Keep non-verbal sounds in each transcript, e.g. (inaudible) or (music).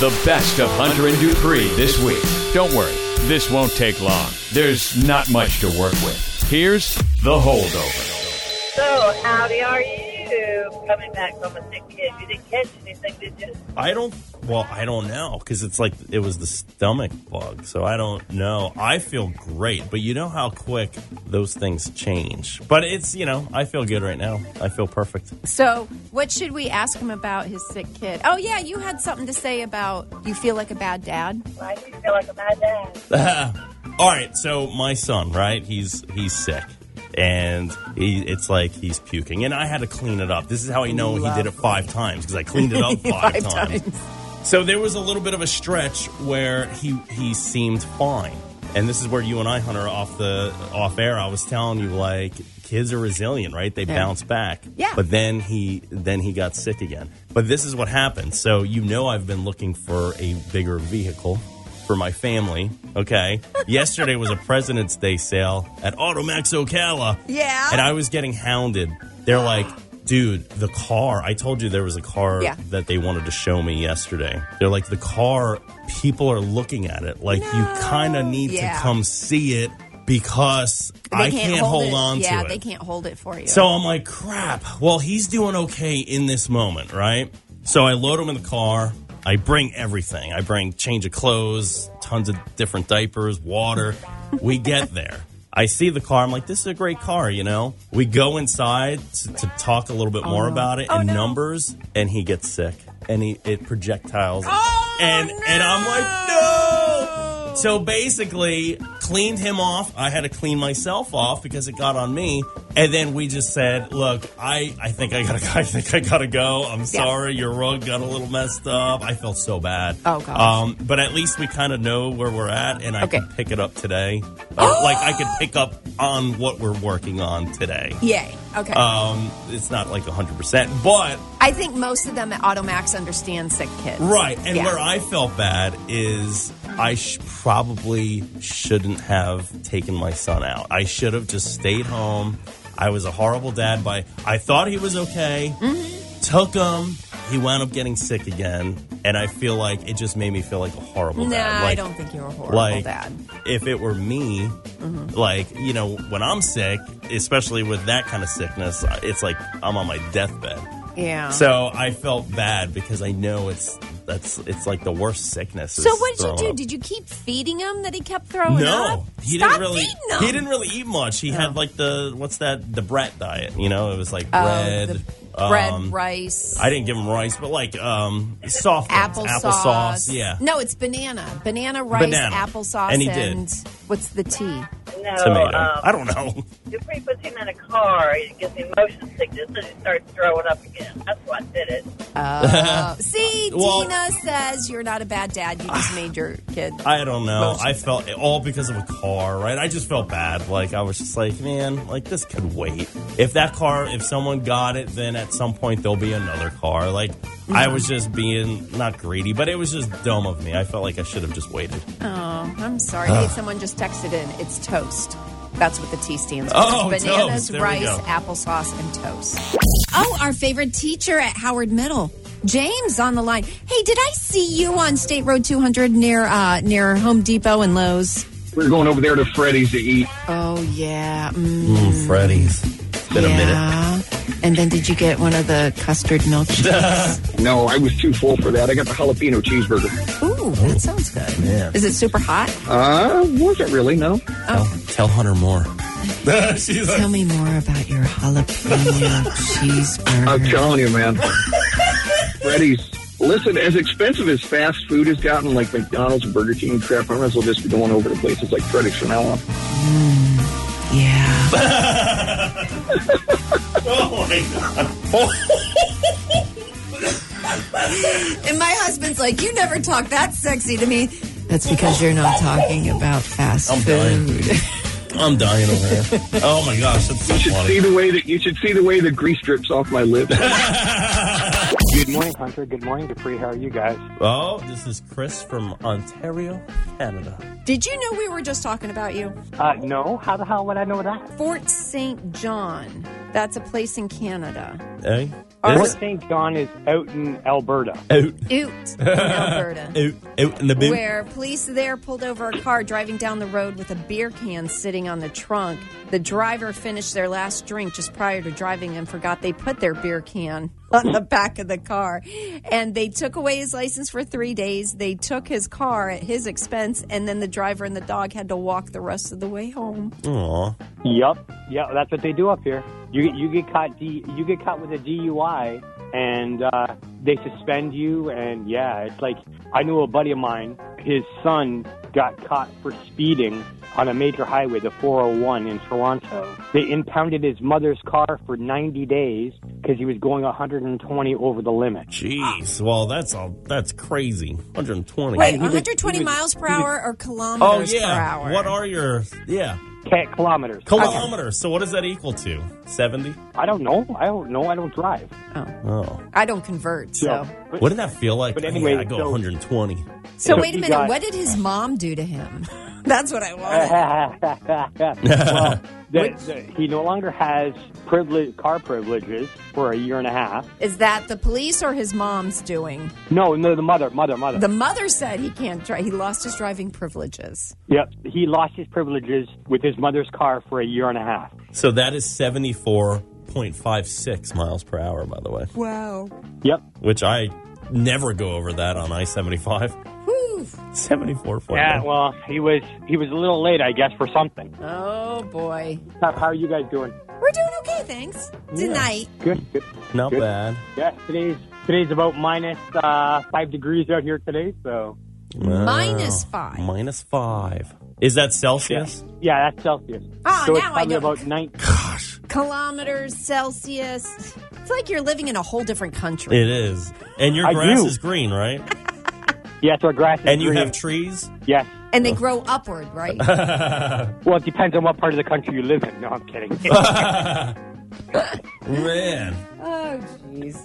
The best of Hunter and Dupree this week. Don't worry, this won't take long. There's not much to work with. Here's The Holdover. So, howdy are you? Coming back from a sick kid. You didn't catch anything, did you? I don't. Well, I don't know because it's like it was the stomach bug, so I don't know. I feel great, but you know how quick those things change. But it's you know I feel good right now. I feel perfect. So, what should we ask him about his sick kid? Oh, yeah, you had something to say about you feel like a bad dad. Why do you feel like a bad dad? All right, so my son, right? He's he's sick, and he, it's like he's puking, and I had to clean it up. This is how I know he did it five times because I cleaned it up (laughs) five, times. So there was a little bit of a stretch where he he seemed fine, and this is where you and I, Hunter, off the off air, I was telling you like kids are resilient, right? They bounce back. Yeah. But then he then he got sick again. But this is what happened. So you know I've been looking for a bigger vehicle for my family. (laughs) Okay. Yesterday was a President's Day sale at Automax Ocala. Yeah. And I was getting hounded. They're like, dude, the car. I told you there was a car Yeah. that they wanted to show me yesterday. They're like, the car, people are looking at it. Like, you kind of need Yeah. to come see it because I can't hold, it. on yeah, to it. they can't hold it for you. So I'm like, crap. Well, he's doing okay in this moment, right? So I load him in the car. I bring everything. I bring change of clothes, tons of different diapers, water. We get there. I see the car. I'm like, this is a great car, you know? We go inside to, to talk a little bit more about it and numbers, and he gets sick. And he, it projectiles. and, and I'm like, no! So basically, cleaned him off. I had to clean myself off because it got on me. And then we just said, "Look, I, I think I gotta (laughs) I think I gotta go. I'm sorry, your rug got a little messed up. I felt so bad. Oh, gosh. Um, but at least we kind of know where we're at, and I Okay. can pick it up (gasps) today. Uh, like I could pick up on what we're working on today. Yay. Okay. Um, it's not like 100, percent but I think most of them at Automax understand sick kids. Right. And Yeah. where I felt bad is I sh- probably shouldn't have taken my son out. I should have just stayed home. I was a horrible dad by I thought he was okay. Mm-hmm. Took him. He wound up getting sick again, and I feel like it just made me feel like a horrible Nah, dad. Like, I don't think you're a horrible like dad. Mm-hmm. if it were me like you know when i'm sick especially with that kind of sickness it's like i'm on my deathbed Yeah. so I felt bad because I know it's that's it's like the worst sickness. is So what did you throwing do? up. Did you keep feeding him that he kept throwing uh, no, up? he Stop didn't really. feeding him. He didn't really eat much. He had like the what's that? The brat diet. You know, it was like Oh, bread, the bread, um, rice, I didn't give him rice, but like um, soft applesauce. things, applesauce. Yeah, No, it's banana. Banana, rice, Banana. applesauce, And he did. what's the tea? No, tomato. um, I don't know. Dupree puts him in a car. It gives him motion sickness, and he starts throwing up again. That's why I did it. Oh, see, Well- Tina says you're not a bad dad. You just made your (sighs) kid. I don't know. Motion I felt all because of a car, right? I just felt bad. Like I was just like, man, like this could wait. If that car, if someone got it, then at some point there'll be another car. Like I was just being not greedy, but it was just dumb of me. I felt like I should have just waited. Oh, I'm sorry. hey, someone just texted in. It's toast. That's what the T stands for. Oh, Bananas, toast. There we rice, go. applesauce, and toast. Oh, our favorite teacher at Howard Middle. James on the line. Hey, did I see you on State Road 200 near uh, near Home Depot and Lowe's? We're going over there to Freddy's to eat. Oh yeah, mm, Mm, Freddy's. It's been a minute. yeah. And then did you get one of the custard (laughs) milkshakes? No, I was too full for that. I got the jalapeno cheeseburger. Ooh, that sounds good. Is it super hot? Uh, wasn't really, no. Tell, tell Hunter more. She's like, Tell me more about your jalapeno I'm Mm-hmm. cheeseburger. telling you, (laughs) man. Freddy's. Listen, as expensive as fast food has gotten, like McDonald's and Burger King and crap, I might as well just be going over to places like Freddy's from now on. Yeah. (laughs) oh my god. (laughs) And my husband's like, You never talk that sexy to me. That's because you're not talking about fast I'm dying. I'm dying over here. (laughs) Oh my gosh, that's so You should funny. see the way that you should see the way the grease drips off my lip. (laughs) Good morning, Hunter. Good morning, Dupree. How are you guys? Oh, this is Chris from Ontario, Canada. (laughs) Did you know we were just talking about you? Uh, no? How the hell would I know that? Fort St. John. That's a place in Canada. Hey, Fort This- St. John is out in Alberta. Out, Oot, in (laughs) Alberta. out, out in the boot. Where police there pulled over a car driving down the road with a beer can sitting on the trunk. The driver finished their last drink just prior to driving and forgot they put their beer can (laughs) on the back of the car. And they took away his license for three days. They took his car at his expense, and then the driver and the dog had to walk the rest of the way home. Aw. Yup. Yeah, that's what they do up here. You get you get caught D, you get caught with a DUI and uh, they suspend you and yeah, it's like I knew a buddy of mine, his son got caught for speeding on a major highway, the 401 in Toronto. They impounded his mother's car for 90 days because he was going 120 over the limit. Jeez. Well, that's all. That's crazy. 120. Wait, was- 120 he was- miles per hour or Oh kilometers per yeah. hour? What are your yeah Ten kilometers. kilometers? So what does that equal to? Seventy. I don't know. I don't know. I don't drive. (laughs) Oh. I don't convert, so. No. But- Wouldn't that feel like? But anyway, Yeah, I go so- 120. So So wait a he minute, got- what did his mom do to him? That's what I want. (laughs) well, the, the, he no longer has privilege, car privileges for a year and a half. Is that the police or his mom's doing? No, no, the mother, mother, mother. The mother said he can't drive. He lost his driving privileges. yep, he lost his privileges with his mother's car for a year and a half. So that is 74.56 miles per hour, by the way, Wow. Yep, which I never go over that on I (laughs) 75. Whew. 74. yeah. Well, he was he was a little late, I guess, for something. Oh boy. How, how are you guys doing? We're doing okay, thanks. Tonight. Good. good. Not bad. Yeah, today's today's about minus uh, five degrees out here today. So Wow. Minus five. Oh, Minus five. Is that Celsius? yeah, that's Celsius. Ah, so it's now I probably know. about nine. Kilometers, Celsius. It's like you're living in a whole different country. It is. And your I grass do. is green, (laughs) right? Yes, our grass is And you green. have trees? yes. and they grow upward, (laughs) right? Oh, Well, it depends on what part of the country you live in. No, I'm kidding. (laughs) Man. oh jeez.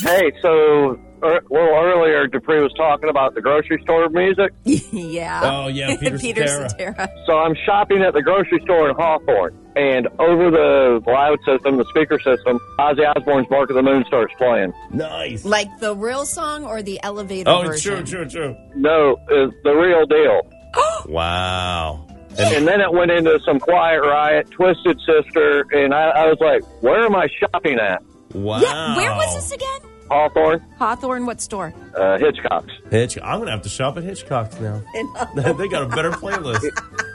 Hey, so uh, er, a little earlier, Dupree was talking about the grocery store music. (laughs) yeah. Oh, yeah, (laughs) Peter Cetera. Cetera. So I'm shopping at the grocery store in Hawthorne, and over the loud system, the speaker system, Ozzy Osbourne's "Bark of the Moon" starts playing. Nice. Like the real song or the elevator Oh, version? true, true, true. No, it's the real deal. Wow. And then it went into some Quiet Riot, Twisted Sister, and I, I was like, "Where am I shopping at?" Wow. Yeah. Where was this again? Hawthorne, Hawthorne, what store? uh, Hitchcock's. Hitch- I'm going to have to shop at Hitchcock's (laughs) now. (laughs) they got a better playlist.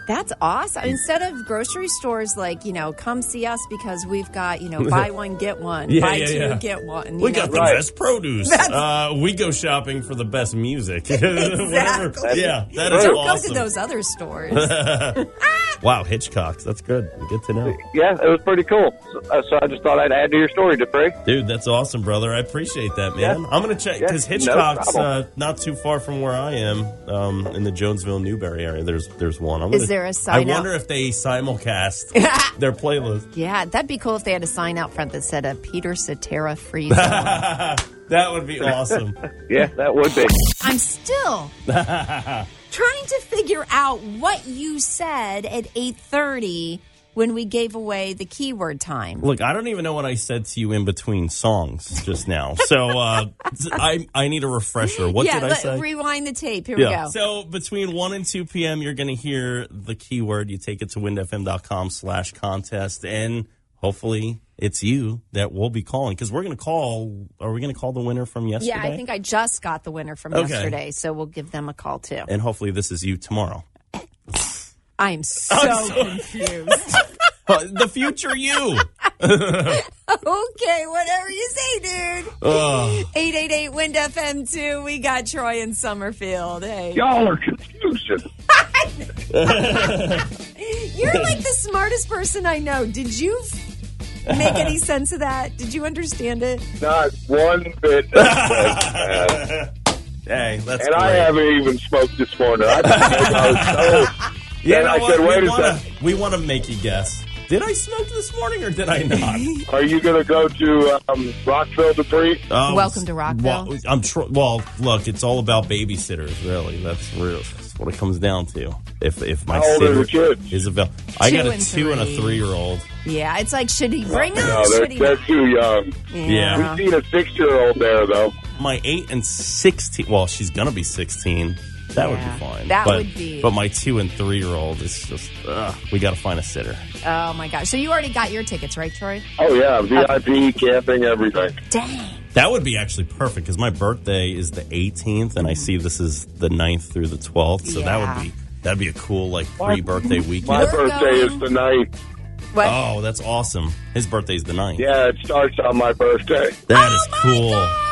That's awesome. Instead of grocery stores like, you know, come see us because we've got, you know, (laughs) buy one, get one, Yeah, buy yeah, two, yeah. get one. you We know. got the Right. best produce. Uh, we go shopping for the best music. (laughs) Whatever. Exactly. Yeah, that Don't is Don't awesome. go to those (laughs) other stores. Wow, Hitchcock's. That's good. Good to know. Yeah, it was pretty cool. So, uh, so I just thought I'd add to your story, Dupree. Dude, that's awesome, brother. I appreciate that, man. I'm going to check because Yeah, no Hitchcock's uh, problem. not too far from where I am um, in the Jonesville Newberry area. There's there's one. I'm Is gonna- there a sign I out? wonder if they (laughs) simulcast their playlist. yeah, that'd be cool if they had a sign out front that said a Peter (laughs) Cetera free zone. That would be (laughs) awesome. Yeah, that would be. (laughs) I'm still trying to figure out what you said at 8.30 when we gave away the keyword time. Look, I don't even know what I said to you in between songs just now. So uh, (laughs) I I need a refresher. What yeah, did I let- say? rewind the tape. Here we Yeah. go. So between 1 and 2 p.m., you're going to hear the keyword. You take it to windfm.com slash contest, and hopefully it's you that will be calling because we're going to call. Are we going to call the winner from yesterday? yeah, I think I just got the winner from Okay. yesterday, so we'll give them a call too. And hopefully this is you tomorrow. (laughs) I am so confused. Uh, the future you. (laughs) okay, whatever you say, dude. Ugh. 888 Wind FM 2. We got Troy in Summerfield. Hey. Y'all are confusing. (laughs) You're like the smartest person I know. Did you f- make any (laughs) sense of that? Did you understand it? Not one (laughs) bit. of sense, man. hey, that's and I great. haven't even smoked this (laughs) morning. I, just think I was so- You And know I what? said, we wait a wanna, second. We want to make you guess. Did I smoke this morning or did I not? Are you going to go to um, Rockville to preach? Oh, Welcome to Rockville. Well, I'm tr- well. Look, it's all about babysitters, really. That's real. That's what it comes down to. If if my How old are the sitter kids? is available, I Two got a and two and a three. three year old. Yeah, it's like should he bring them? Uh, No, they're, should he? they're too young. Yeah. Yeah. Seen a six-year-old there though. My eight and sixteen. Well, she's gonna be sixteen. That would Yeah, be fine. that but, would be- But my two and three year old is just. Ugh, we got to find a sitter. Oh my gosh! So you already got your tickets, right, Troy? Oh yeah, VIP camping, everything. Dang. That would be actually perfect because my birthday is the 18th, and I see this is the 9th through the 12th. So that Mm-hmm. Yeah. would be that'd be a cool like pre (laughs) birthday My weekend. We're birthday going- is tonight. What? Oh, that's awesome. His birthday's the 9th. Yeah, it starts on my birthday. That Oh is my cool. gosh!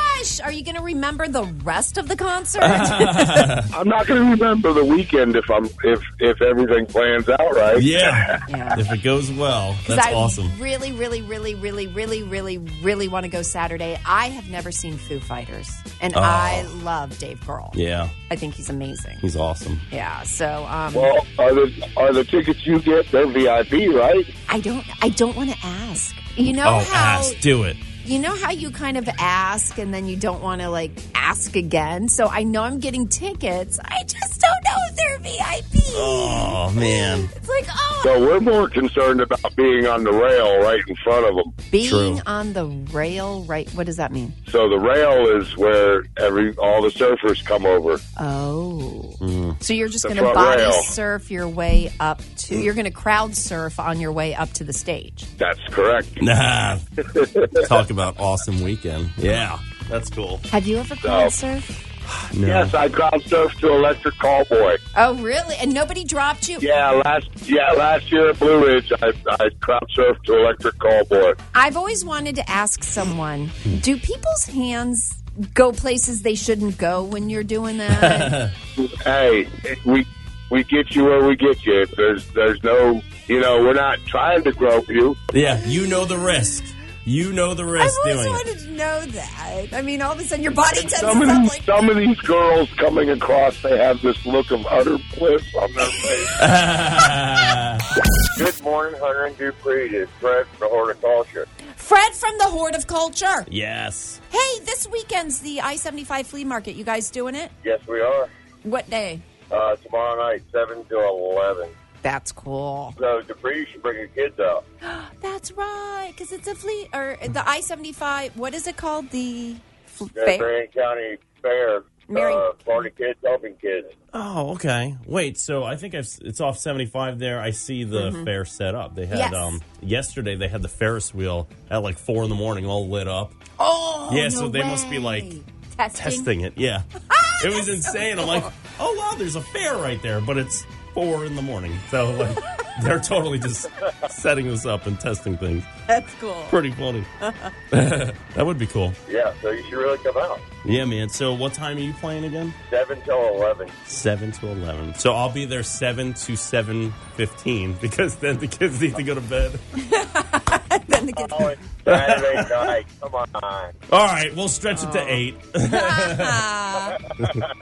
Are you going to remember the rest of (laughs) the concert? I'm not going to remember the weekend if I'm if if everything plans out right. (laughs) Yeah. yeah. If it goes well, 'Cause that's I awesome. Really, really, really, really, really, really, really want to go Saturday. I have never seen Foo Fighters, and I love Dave Grohl. Oh. Yeah, I think he's amazing. he's awesome. Yeah. So um, Well, are the are the tickets you get? They're VIP, right? I don't. I don't want to ask. You know Oh, how ass, do it. you know how you kind of ask and then you don't want to like ask again. So I know I'm getting tickets. I just don't know if they're VIP. Oh man, It's like oh, So we're more concerned about being on the rail right in front of them. being True. on the rail. Right? What does that mean? So the rail is where every all the surfers come over. Oh, Mm. so you're just The going to front body rail. surf your way up to. You're going to crowd surf on your way up to the stage. That's correct. (laughs) nah. Talk about awesome weekend. Yeah, that's cool. Have you ever crowd surfed? No. Yes, I crowd surfed to Electric Callboy. Oh, really? And nobody dropped you? Yeah, last yeah last year at Blue Ridge, I I crowd surfed to Electric Callboy. I've always wanted to ask someone do people's hands go places they shouldn't go when you're doing (laughs) that? hey, we we get you where we get you. If There's there's no you know we're not trying to grope you. Yeah, you know the risk. You know the I've risk always doing it. wanted to know that. I mean, all of a sudden your body tenses up Some of these like. some of these girls coming across, they have this look of utter bliss on their face. Good morning, Hunter and Dupree. It's Fred from the Horticulture. Fred from the Horde of Culture. Yes. Hey, this weekend's the I 75 flea market. You guys doing it? Yes, we are. What day? Uh, tomorrow night, seven to eleven. That's cool. So Dupree, you should bring your kids out. That's right, because it's a flea or the I seventy five. What is it called? The fl- The fair? Marion County Fair. Uh, Marion- party kids helping kids. Oh, okay. Wait, so I think I've, it's off 75 there. I see the fair set up. They had Mm-hmm. Yes. um yesterday they had the Ferris wheel at like 4 in the morning all lit up. Oh, Yeah, no so they must be, way. like, testing. testing it. (laughs) Yeah. it was insane. I'm like, oh wow, there's a fair right there, but it's four in the morning. So (laughs) like they're totally just setting this up and testing things. That's cool. Pretty funny. (laughs) that would be cool. Yeah, so you should really come out. Yeah, man. So what time are you playing again? Seven till eleven. Seven to eleven. So I'll be there seven to seven fifteen (laughs) because then the kids need to go to bed. Then the kids- Oh, (laughs) Saturday night. Come on. Oh. All right, we'll stretch it to eight. (laughs)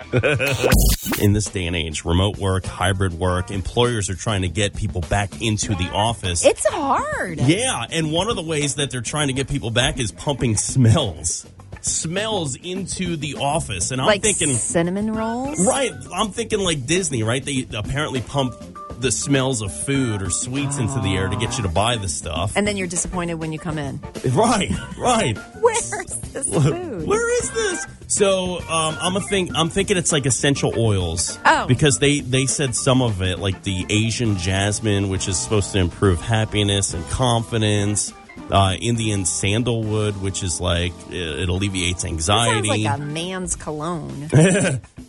In this day and age, remote work, hybrid work, employers are trying to get people back into the office. (laughs) it's hard. Yeah, and one of the ways that they're trying to get people back is pumping smells. Smells into the office. And I'm like thinking cinnamon rolls. right, I'm thinking like Disney, right? They apparently pump the smells of food or sweets into the air to get you to buy the stuff. And then you're disappointed when you come in. Right, right. (laughs) Where's this food? Where is this? So um, I'm a think I'm thinking it's like essential oils. Oh. Because they, they said some of it, like the Asian jasmine, which is supposed to improve happiness and confidence. Uh, Indian sandalwood, which is like it, it alleviates Sounds anxiety. like a (laughs) man's cologne.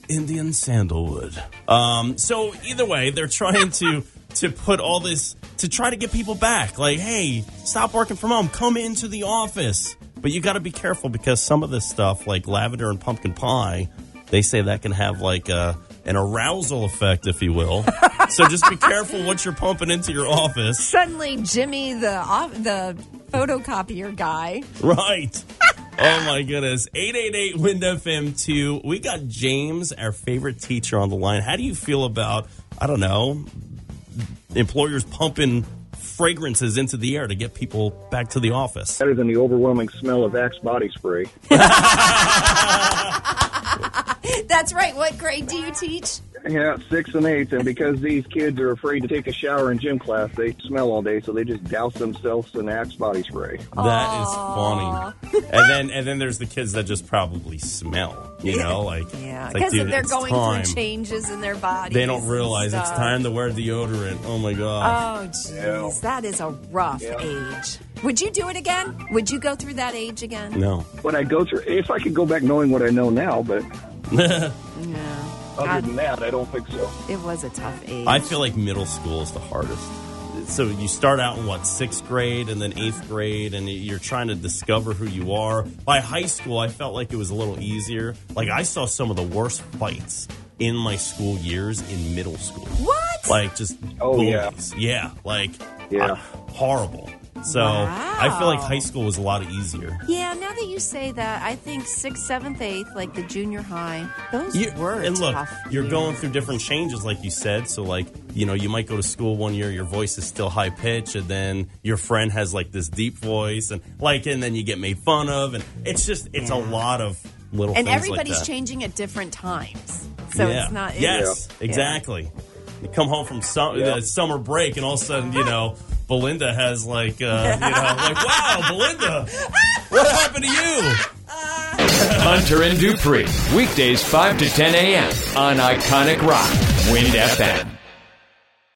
Indian sandalwood. Um, so either way, they're trying to (laughs) to put all this to try to get people back. Like, hey, stop working from home, come into the office. But you got to be careful because some of this stuff, like lavender and pumpkin pie, they say that can have like a, an arousal effect, if you will. so just be careful what you're pumping into your office. Suddenly, Jimmy, the off, the photocopier guy. Right. (laughs) Oh my goodness. 888 Window FM 2. We got James, our favorite teacher, on the line. How do you feel about, I don't know, employers pumping fragrances into the air to get people back to the office. Better than the overwhelming smell of Axe body spray. That's right. What grade do you teach? Yeah, six and eight, and because these kids are afraid to take a shower in gym class, they smell all day, so they just douse themselves in Axe body spray. That is (laughs) funny. and then and then there's the kids that just probably smell, you know, like Yeah, it's like, because dude, they're it's going time. through changes in their body. They don't realize it's time to wear deodorant. Oh my god. Oh, jeez, that is a rough age. Would you do it again? Would you go through that age again? no. What I go through, if I could go back knowing what I know now, but No. other God, than that, I don't think so. it was a tough age. I feel like middle school is the hardest. So you start out in what sixth grade and then eighth grade, and you're trying to discover who you are. By high school, I felt like it was a little easier. Like I saw some of the worst fights in my school years in middle school. What? Like just Oh, yeah. bullies. yeah, like Yeah. uh, horrible. So I feel like high school was a lot easier. yeah, now that you say that, I think sixth, seventh, eighth, like the junior high, those You- were and look, tough you're years. going through different changes, like you said. So, like, you know, you might go to school one year, your voice is still high pitched, and then your friend has like this deep voice, and like, and then you get made fun of, and it's just, it's a lot of little. and things like everybody's that. changing at different times, so Yeah. it's not. It's, yes, exactly. You come home from sum- uh, summer break, and all of a sudden, you (laughs) know, Belinda has like, uh, you know, like, wow, Belinda, what happened to you? Hunter and Dupree. Weekdays 5 to 10 a.m. on Iconic Rock. Wind FM.